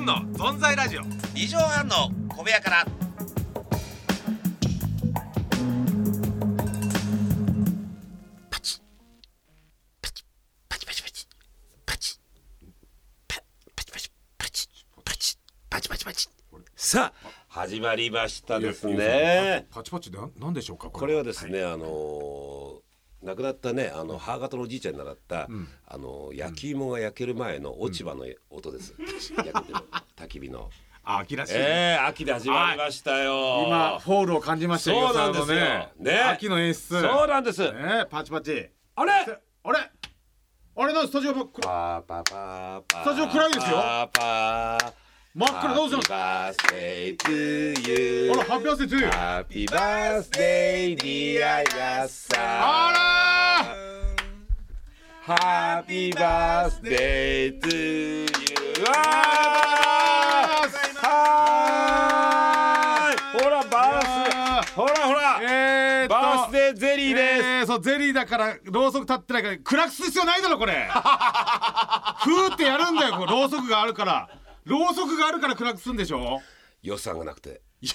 の存在ラジオ二畳半の小部屋からパチパチパチパチパパチパチパチパチパチパチパチさあ始まりましたですいやねパチパチなんなんでしょうかこれはですね、あのー亡くなったねあの母方のおじいちゃんに習った、あのー焼き芋が焼ける前の落ち葉の音です、焼けてる焚き火のあ秋らしい、ええー、秋で始まりましたよ今フォールを感じましたよそうなんですよ吉沢のねね秋の演出そうなんです、ねパチパチあれあれあれのスタジオもくパーパーパーパースタジオ暗いですよパーパー真っ暗どうするハッピーバースデートゥーユあーらハッピーアセトゥーハッピーバースデーディアヤさんあらハッピーバースデートゥーユーわーはーいほらバーあスほらほーらえーっとバースデーゼリーです、えーそうゼリーだからろうそく立ってないから暗くす必要ないだろ これふーってやるんだよこうろうそくがあるからろうそくがあるから暗くすんでしょ予算がなくてい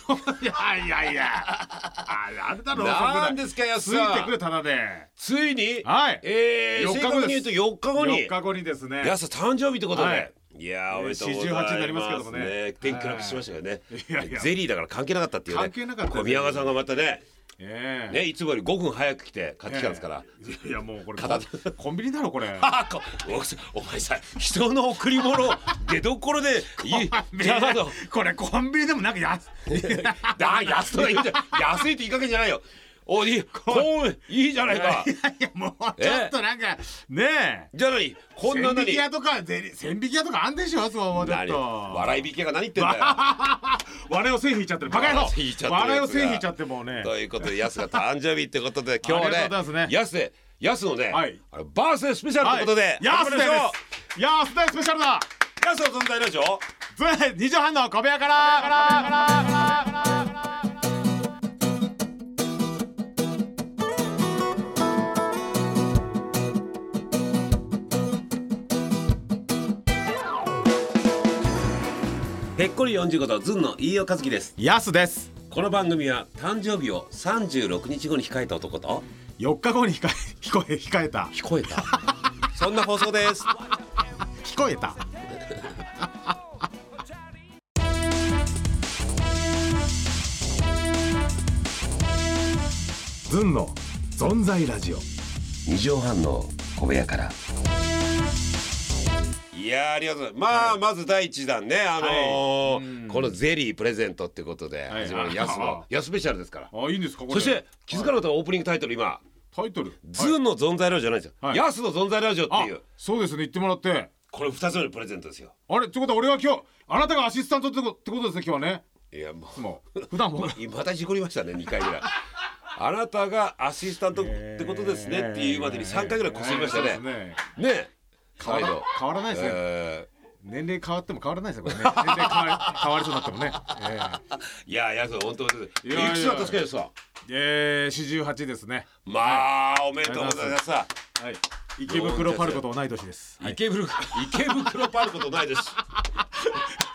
やいやいやああれだろうそくだなんですか安ついてさくんれただでついにはいえー、四日正後確に言うと4日後に4日後にですね安さん誕生日ってことで、はいい、やーおめでとうございます48になりますけどもね天気暗くしましたよねいやいやゼリーだから関係なかったっていうね関係なかったですよ小宮川さんがまたねええねいつもより5分早く来て買ってきたんですから、ええいやもうこれ片コンビニだろこれあこおお前さ人の贈り物を出所でいいじゃあどこれコンビニでもなんか安だ安いって安いっていい加減じゃないよおいいこういいじゃないかいやいやもうちょっとなんかねえじゃあ何こんな千何匹屋とかゼリー千匹屋とかあんでしょそう思うちょっ何と笑い引きが何言ってんだよ 笑いを線引いちゃってるバカ野郎笑いを線引いちゃってるやつが笑いを線引いちゃってもうねということで、ヤスが誕生日ってこと で、今日ありがとうねございますね、ヤスで、ヤスのね、はいあのバースデースペシャルということで、安田始でめすましょう安田スペシャルだヤスの存在でしょず二畳半の小部屋からからからぺっこり45度、ずんの飯尾和樹です。安ですこの番組は、誕生日を36日後に控えた男と、 4日後に控え 控え控えた聞こえた。 そんな放送です。聞こえたずんの存在ラジオ2畳半の小部屋から。いやーありがとうございます。まあ、まず第一弾ね、あのーはいうんこのゼリープレゼントってことで始まるヤスの、ヤスペシャルですから。あいいんですかこそれして気づかなかったオープニングタイトル今タイトル「ズーンの存在ラジオ」じゃないんですはよい「ヤスの存在ラジオ」ってあいうそうですね言ってもらってこれ2つ目のプレゼントですよあれってことは俺は今日あなたがアシスタントってことってことですね今日はねいやも いつも普段もうまた事故りましたね2回ぐら いあなたがアシスタントってことですねっていうまでに3回ぐらいこすりましたえーそねうですねねえ変わ再ら度変わらないですね、え年齢変わっても変わらないですねこれね年齢変わり変わりそうになってもねえーーいやヤス本当ですいやいやいくつだったっすかヤスはえー、四十八ですね。まあおめでとうございますさはい。池袋パルコと同い年です。はい、池袋池袋パルコと同いですか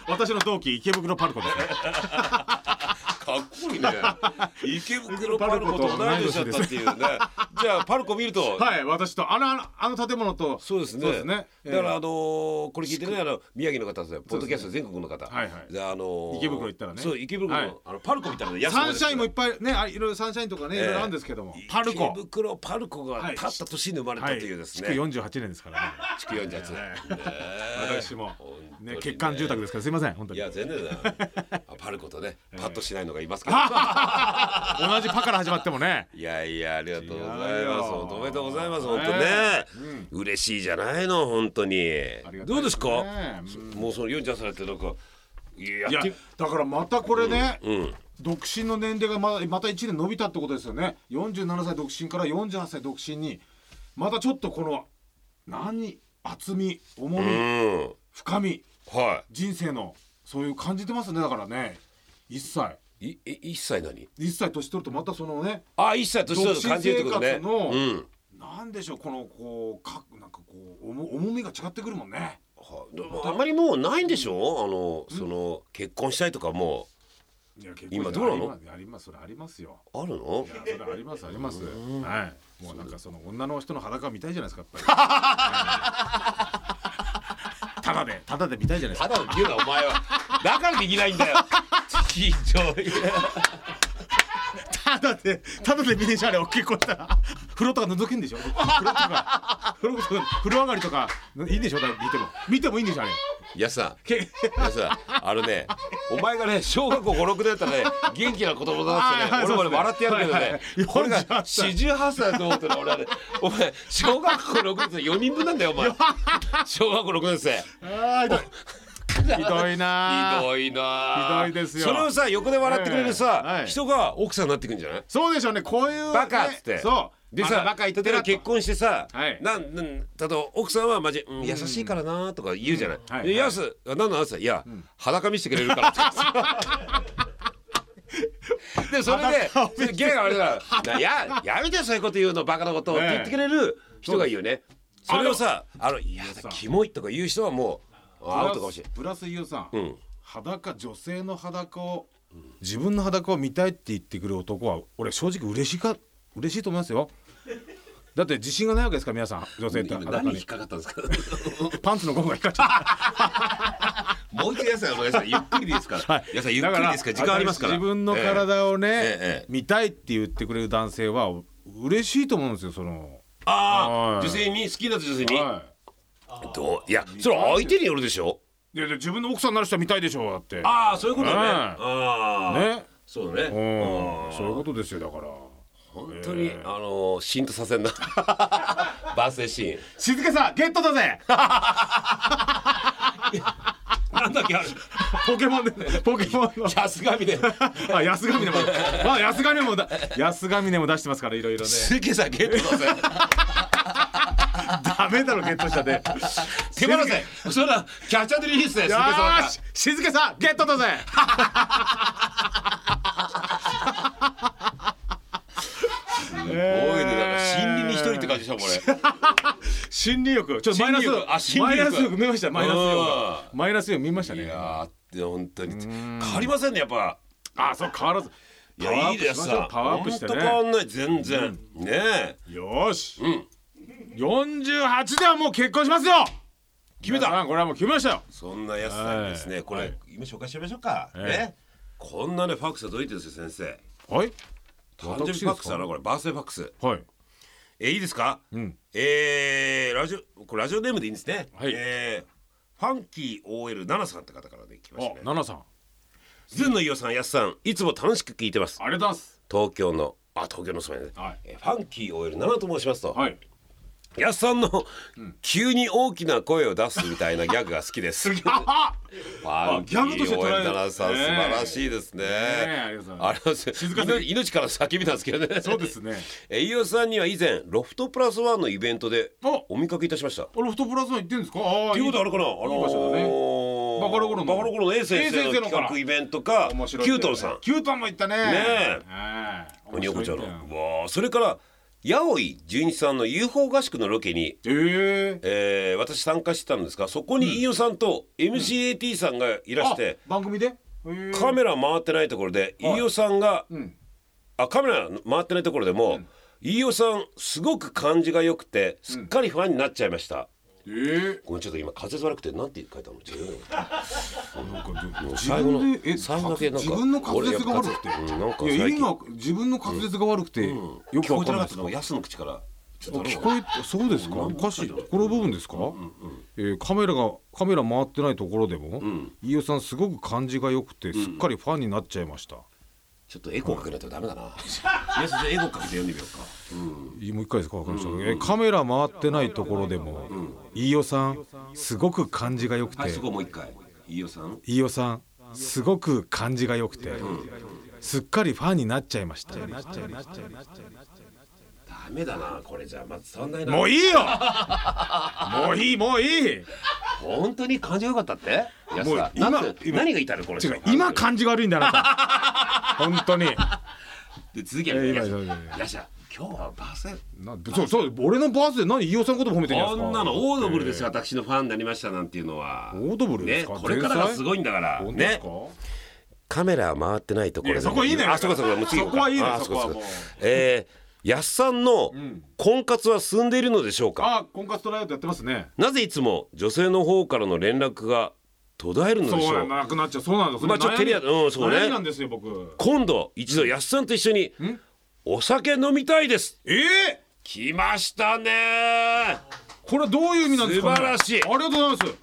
私の同期池袋パルコですね。っこいいね池袋パルコと同い年だったっていうねじゃあパルコ見ると はい、私とあのあのあの建物とそうですね。そうですね。だから、あえのーこれ聞いてね、あの、宮城の方ですね、ポッドキャスト全国の方。はいはいで、あのー池袋行ったらねそう、池袋の、はいあの、パルコみたいなの安ーいサンシャインもいっでぱいね、あいろいろサンシャインとかね、いろいろあるんですけども、すねパルコ池。袋パルコがはい立った年に生まれたというですね。築四十八年ですからね。築四十八年。ねえ私も本当にね欠陥住宅ですからすいません本当いに。 や同全然だなあパルコと ねパッとしないのがいますけど、じパから始まってもね。いやいやありがとうござい違うまよすおめでとうございます本当ね、ね嬉しいじゃないの本当にありがたいですねどうですか、うんもうその四十八歳ってなんかいやいややってだからまたこれね、うん独身の年齢がまだまた1年伸びたってことですよね47歳独身から48歳独身にまたちょっとこの何厚み重み、うん深みは人生のそういう感じてますねだからね1歳い。い、い一切何。 1歳年取るとまたそのねあ、一切年取ると感じるってことね。独身生活のうん。なんでしょうこのこうかなんかこう重重みが違ってくるもんねはいあんまりもうないんでしょあのその結婚したいとかもいや結構今どうなのありますありますそれありますようあるのいやそれありますありますはいもうなんかその女の人の裸見たいじゃないですかやっぱりただでただで見たいじゃないですかただの言うなお前はだからできないんだよ非常にただでただで見ねえじゃんあれ大きい声したら風呂とか覗けんでしょ風呂とか風呂とか風呂上がりとかいいんでしょだ見ても見てもいいんでしょあれいやさいやさあのねお前がね小学校56年だったらね元気な子供だ ってあーねはい俺もね笑ってやるけどはいはねい48これが48歳だと思ったら俺はねお前小学校6年生4人分なんだよお前小学校6年生あーひどいひどいなひどいなあひどいですよそれをさ横で笑ってくれるさ、ええはい人が奥さんになってくんじゃないそうでしょうねこういう、ね、バカっつってそうでさ、バカ言って例えばな結婚してさ、はいなんなん例えば奥さんはマジ、うん優しいからなとか言うじゃない、はいではいやす何なのあいついや、裸見せてくれるか らとかさでそれで裸を見それゲイがあれだからなややめてよそういうこと言うのバカなことをっねえて言ってくれる人がいいよねそれをさあのいやさだキモいとか言う人はもうアウトかもしれないプラスユウさん、うん裸女性の裸を自分の裸を見たいって言ってくる男は俺正直嬉しいか嬉しいと思いますよだって自信がないわけですから皆さん女性って今裸何に引にっかかったんですか パンツのゴムが光っちゃったもう一度やさんお願いしますゆっくりでいいですから、はいやさんゆっくりですから時間ありますから自分の体をね、ええ見たいって言ってくれる男性は嬉しいと思うんですよそのああはい女性に好きだと女性に、はどういやそれは相手によるでしょいいやいや自分の奥さんになる人は見たいでしょうだってああそういうことね、うんああねそうだねうんそういううことですよだから本当に、あのー、シーンとさせん なバースデーシーン静けさんゲットだぜなんだっけあれ ポケモンでポケモンの安神であ安神でもまあ安神でもだ安神でも出してますからいろいろねすげえさゲットさせん ダメだろゲットした で手放せそれはキャッチャーでリリースですげよえさーし静けさんゲットだぜおいねなんか森林に一人って感じしたもん俺心理力ちょっとマイナス心理力あ心マ理イナ力ス力見ましたマイナス力うマイナス力見ましたいねやーで本当に変わりませんねやっぱあそう変わらずいパワやーいアいップでしすましょうさパワーアップしてほんと変わねんない全然、ねえよーし48ではもう結婚しますよ決めた皆さんこれはもう決めましたよそんなやつさんにですね、これ、はい今紹介しちゃいましょうか、ええねこんなねファックスが届いてるんですよ先生はい誕生日ファックスだなこれバースデーファックスはいえーいいですか、うんえーラジオこれラジオネームでいいんですね、はいえーファンキー OL7 さんって方からね来まあしたねナナさんずんの飯尾さんやすさんいつも楽しく聞いてますありがとうございます東京のあ東京のお住まいで、はいえーファンキー OL7 と申しますと、はいやすさんの急に大きな声を出すみたいなギャグが好きです。 ファンキギャグとしてー応捉え援るだなさん素晴らしいですね。えありがとうござあいれまは命命から叫びなんですけどね。そうですね え飯尾さんには以前ロフトプラスワンのイベントでおお見かけいたしました。っあれフトプラスさん行ってんですかああていうことはあれかな、あのいい場所だねーバカロコロのバカロコロの A 先生 A の先生の企画イベントか、面白いキュートンさん、キュートンも行ったねねええ鬼横丁の、えわあそれから八尾純一さんの UFO 合宿のロケにええー、私参加してたんですがそこに飯尾さんと MCAT さんがいらあして、番組でへえカメラ回ってないところで飯尾さんが、んあカメラ回ってないところでも、飯尾さんすごく感じが良くてすっかりファンになっちゃいました、えごめんちょっと今風悪くてなんて書いたのちょっと読んでもらってえなんかでもう自最後の分でえ最後だけなんか自分の滑舌が悪くて俺やっぱ滑舌うんなんか最近いや意味が自分の滑舌が悪くてよく聞こわえてかんななかいったの安の口からちょっと聞こえてそうですかおかしいこの部分ですか、えーカメラがカメラ回ってないところでも、飯尾さんすごく感じが良くてすっかりファンになっちゃいました、ちょっとエコーかけないとダメだな安さんエコーかけて読んでみようかいいもう一回ですかわかりました、えーカメラ回ってないところでも、飯尾さんすごく感じが良くて、はいそこもう一回飯尾さん飯尾さんすごく感じが良くて、すっかりファンになっちゃいましたダメだなこれじゃあまず伝わんないなもういいよもういいもういい本当に感じが良かったって安もうさ今今何今何が言いたいのこの違人う今感じが悪いんだよあなた本当にで続きえー今や今今やしゃ今日はバーセなそうそう俺のバースで何飯尾さんのことも褒めてんじゃないこですかんなのオードブルですよよ私のファンになりましたなんていうのはオードブルですねかこれからがすごいんだから本当ですねかカメラ回ってないところいやそこいいねあそこそこもう次行こうかそこはいいねあそこはそこもうえー、やっさんの婚活は進んでいるのでしょうか、あ婚活トライアウトやってますねなぜいつも女性の方からの連絡が途絶えるのでしそょううなくなっちゃうそうなんですまあちょっと照れやうんそうね悩みなんですよ僕今度一度やっさんと一緒にお酒飲みたいですええ来ましたねこれどういう意味なんですか、素晴らしいありがとうございます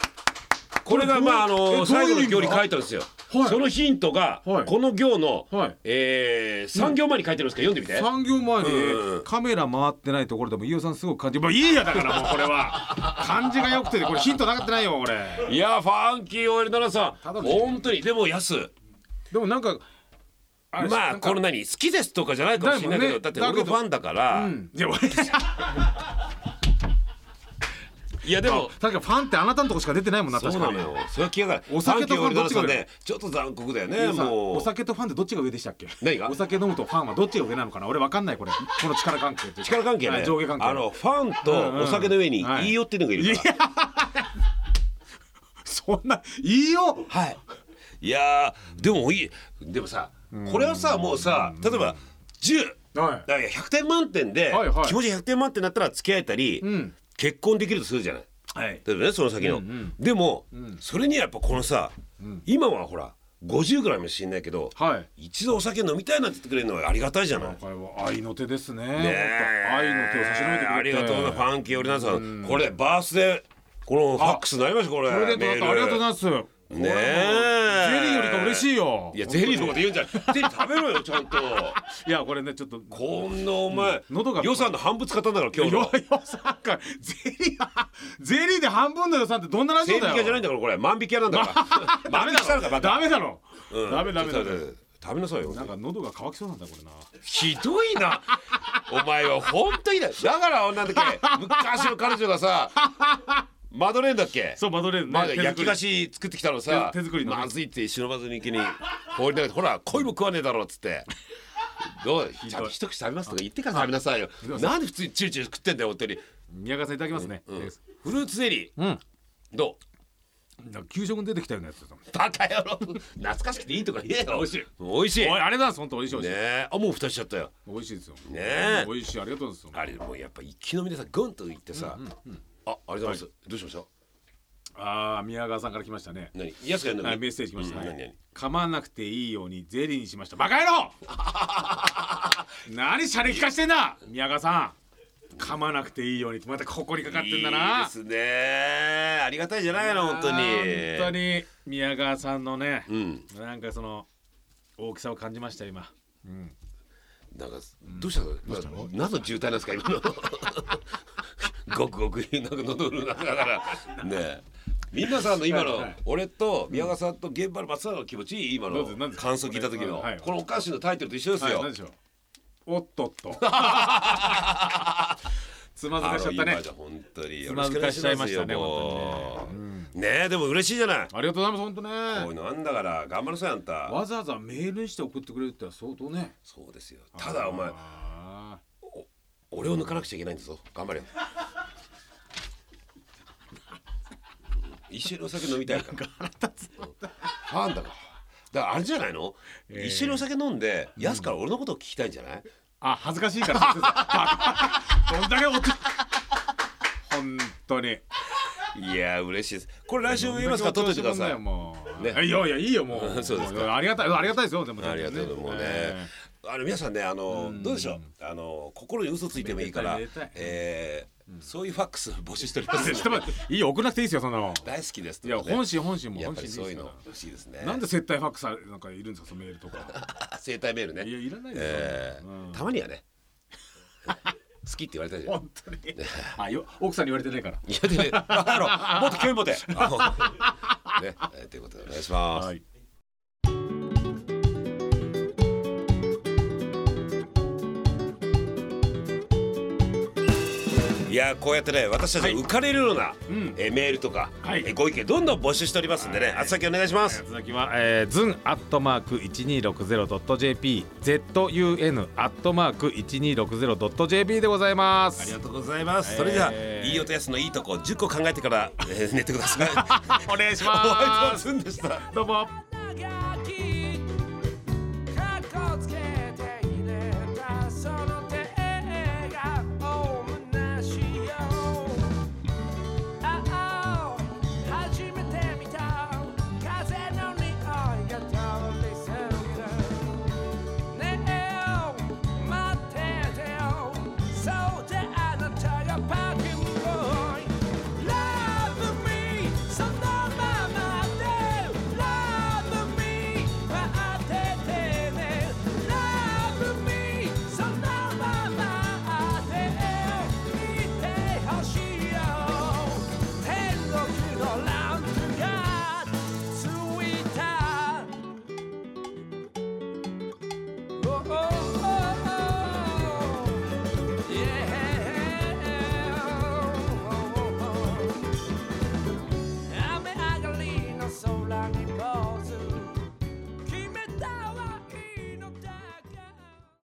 これがまああえどういう意の味最後の行に書いたんですよ、はいそのヒントが、はいこの行の、はいえー、3行前に書いてあるんですから読んでみて、産業前にうんカメラ回ってないところでも飯尾さんすごく感じもういいやだからもうこれは感じが良くてこれヒントなかったないよこれいやファンキー OL 奈良さんただの本当にでもやすでもなんかあれまなあんかこの何好きですとかじゃないかもしれないけどだ,、っだよて俺ねのだけフどァンだから、うんいや 俺いやでも確かにファンってあなたのとこしか出てないもんなそう確なかのによそれは気がからお酒とファンどっちファンキー OL 奈良さがん上ねちょっと残酷だよね飯尾さんもうお酒とファンってどっちが上でしたっけ何がお酒飲むとファンはどっちが上なのかな俺わかんないこれこの力関係っていうか力関係はねい上下関係あのファンとお酒の上にうんうんはいいいよっていうのがいるから、そんないいよはい。いやーでもいいでもさこれはさもうさ例えば10はいだから100点満点で、はいはい気持ち100点満点だったら付き合えたり、ん結婚できるとするじゃないはい例えばねその先の、でも、それにはやっぱこのさ、今はほら50ぐらいもしんないけど、はい一度お酒飲みたいなんて言ってくれるのはありがたいじゃないこれは愛の手ですね。ねえ愛の手を差し伸べてくれて。ありがとうなファンキーよりなさんこれバースデーこのファックスになりましたこれプレゼントだったありがとうございます。ねえねえゼリーよりか嬉しいよ。いやゼリーのこと言うんじゃないゼリー食べろよちゃんといやこれねちょっと。こんなお前、喉が予算の半分使ったんだから今よ日の予算かゼリーはゼリーで半分の予算ってどんなラジ千オ引きだ屋じゃないんよ。だからこれ万引き屋なんだから万引きしたのかバカダメだろ。うんダメダメちょダっとメ。食べなさいよなんか喉が渇きそうなんだこれな。ひどいなお前は本当にだだからなんだっけ昔の彼女が さマドレーヌだっけそうマドレーヌね。まあ、焼き菓子。子作ってきたのさ手手作りのねまずいって忍ばずに池に放り投げてほら恋も食わねえだろっつってど うちゃんと一口食べますとか言ってから食べなさいよなんで普通にチューチュー食ってんだよ本当に宮川さんいただきますね。うフルーツゼリーん。どなんか給食に出てきたようなやつだと思う。うバカ野郎懐かしくていいとか言えよ美味しい美味しいおいねあれだ本当美味しい美味しい。えあもう蓋しちゃったよ美味しいですよ。ねえ美味しいありがとうございます。あれもうやっぱ一気飲みでさグンといってさ、あありがとうございます、どうしましたああ宮川さんから来ましたね。何やすがやんのはい、メッセージ来ました、うんは何何い、噛まなくていいようにゼリーにしましたバカ 野郎何シャレ聞かしてんだ宮川さん噛まなくていいようにってまたここにかかってんだないいですねありがたいじゃないの本当に本当に宮川さんのね、うんなんかその大きさを感じました今なんかどうしたの、な何の渋滞なんですか今の ごくごくなんか喉の中だからねえみんなさんの今の、はいはい俺と宮川さんと現場の松永の気持ちいい今どのうぞなんですか感想聞いた時の、はいこのお菓子のタイトルと一緒ですよ、はい何でしょうおっとっ とつまずあかのしちゃったね今じゃ本当につまずかしちゃいましたねよろしくお願いしますよもうねえでも嬉しいじゃないこありがとうございます本当ういうねのあんだから頑張るさいあんたわざわざメールにして送ってくれるってのは相当ねそうですよただお前あー俺を抜かなくちゃいけないんだぞ頑張れよ一緒にお酒飲みたいからファンだからだからあれじゃないの、一緒にお酒飲んで安から俺のことを聞きたいんじゃない、あ恥ずかしいからどんだけ落ち本当にいやー嬉しいですこれ来週も言いますから取っててくださいもう、ねいやいやいいよもうそうですかもありがたいありがたいですよでもありがとうございますもうね、えあの皆さんねあのどうでしょうあの心に嘘ついてもいいからめでたいめでたいえーそういうファックス募集しておりまーす ちょっと待っていいよ送らなくていいですよそんなの大好きですいというやことで本心本心もやっ本ぱり心そうでいすうかの欲しいですねらなんで接待ファックスなんかいるんですかそのメールと か生体メールいやねいらないですよ、えーたまにはね好きって言われたじゃん本当にあよ奥さんに言われてないからいやでねバカ野郎もっと興味持てあのねえーということでお願いしますはい飯いやこうやってね私たちが浮かれるような、んえーメールとか、はいえーご意見どんどん募集しておりますんでね、あ先お願いします。続きは、えー、ズンアットマーク一二六ゼロドット jp、z u n アットマーク一二六ゼロドット jp でございます。ありがとうございます。えーそれじゃあ、いいおとやすのいいとこ10個考えてから、えー寝てください。 お願いし お相手はます。ずんでした。どうも。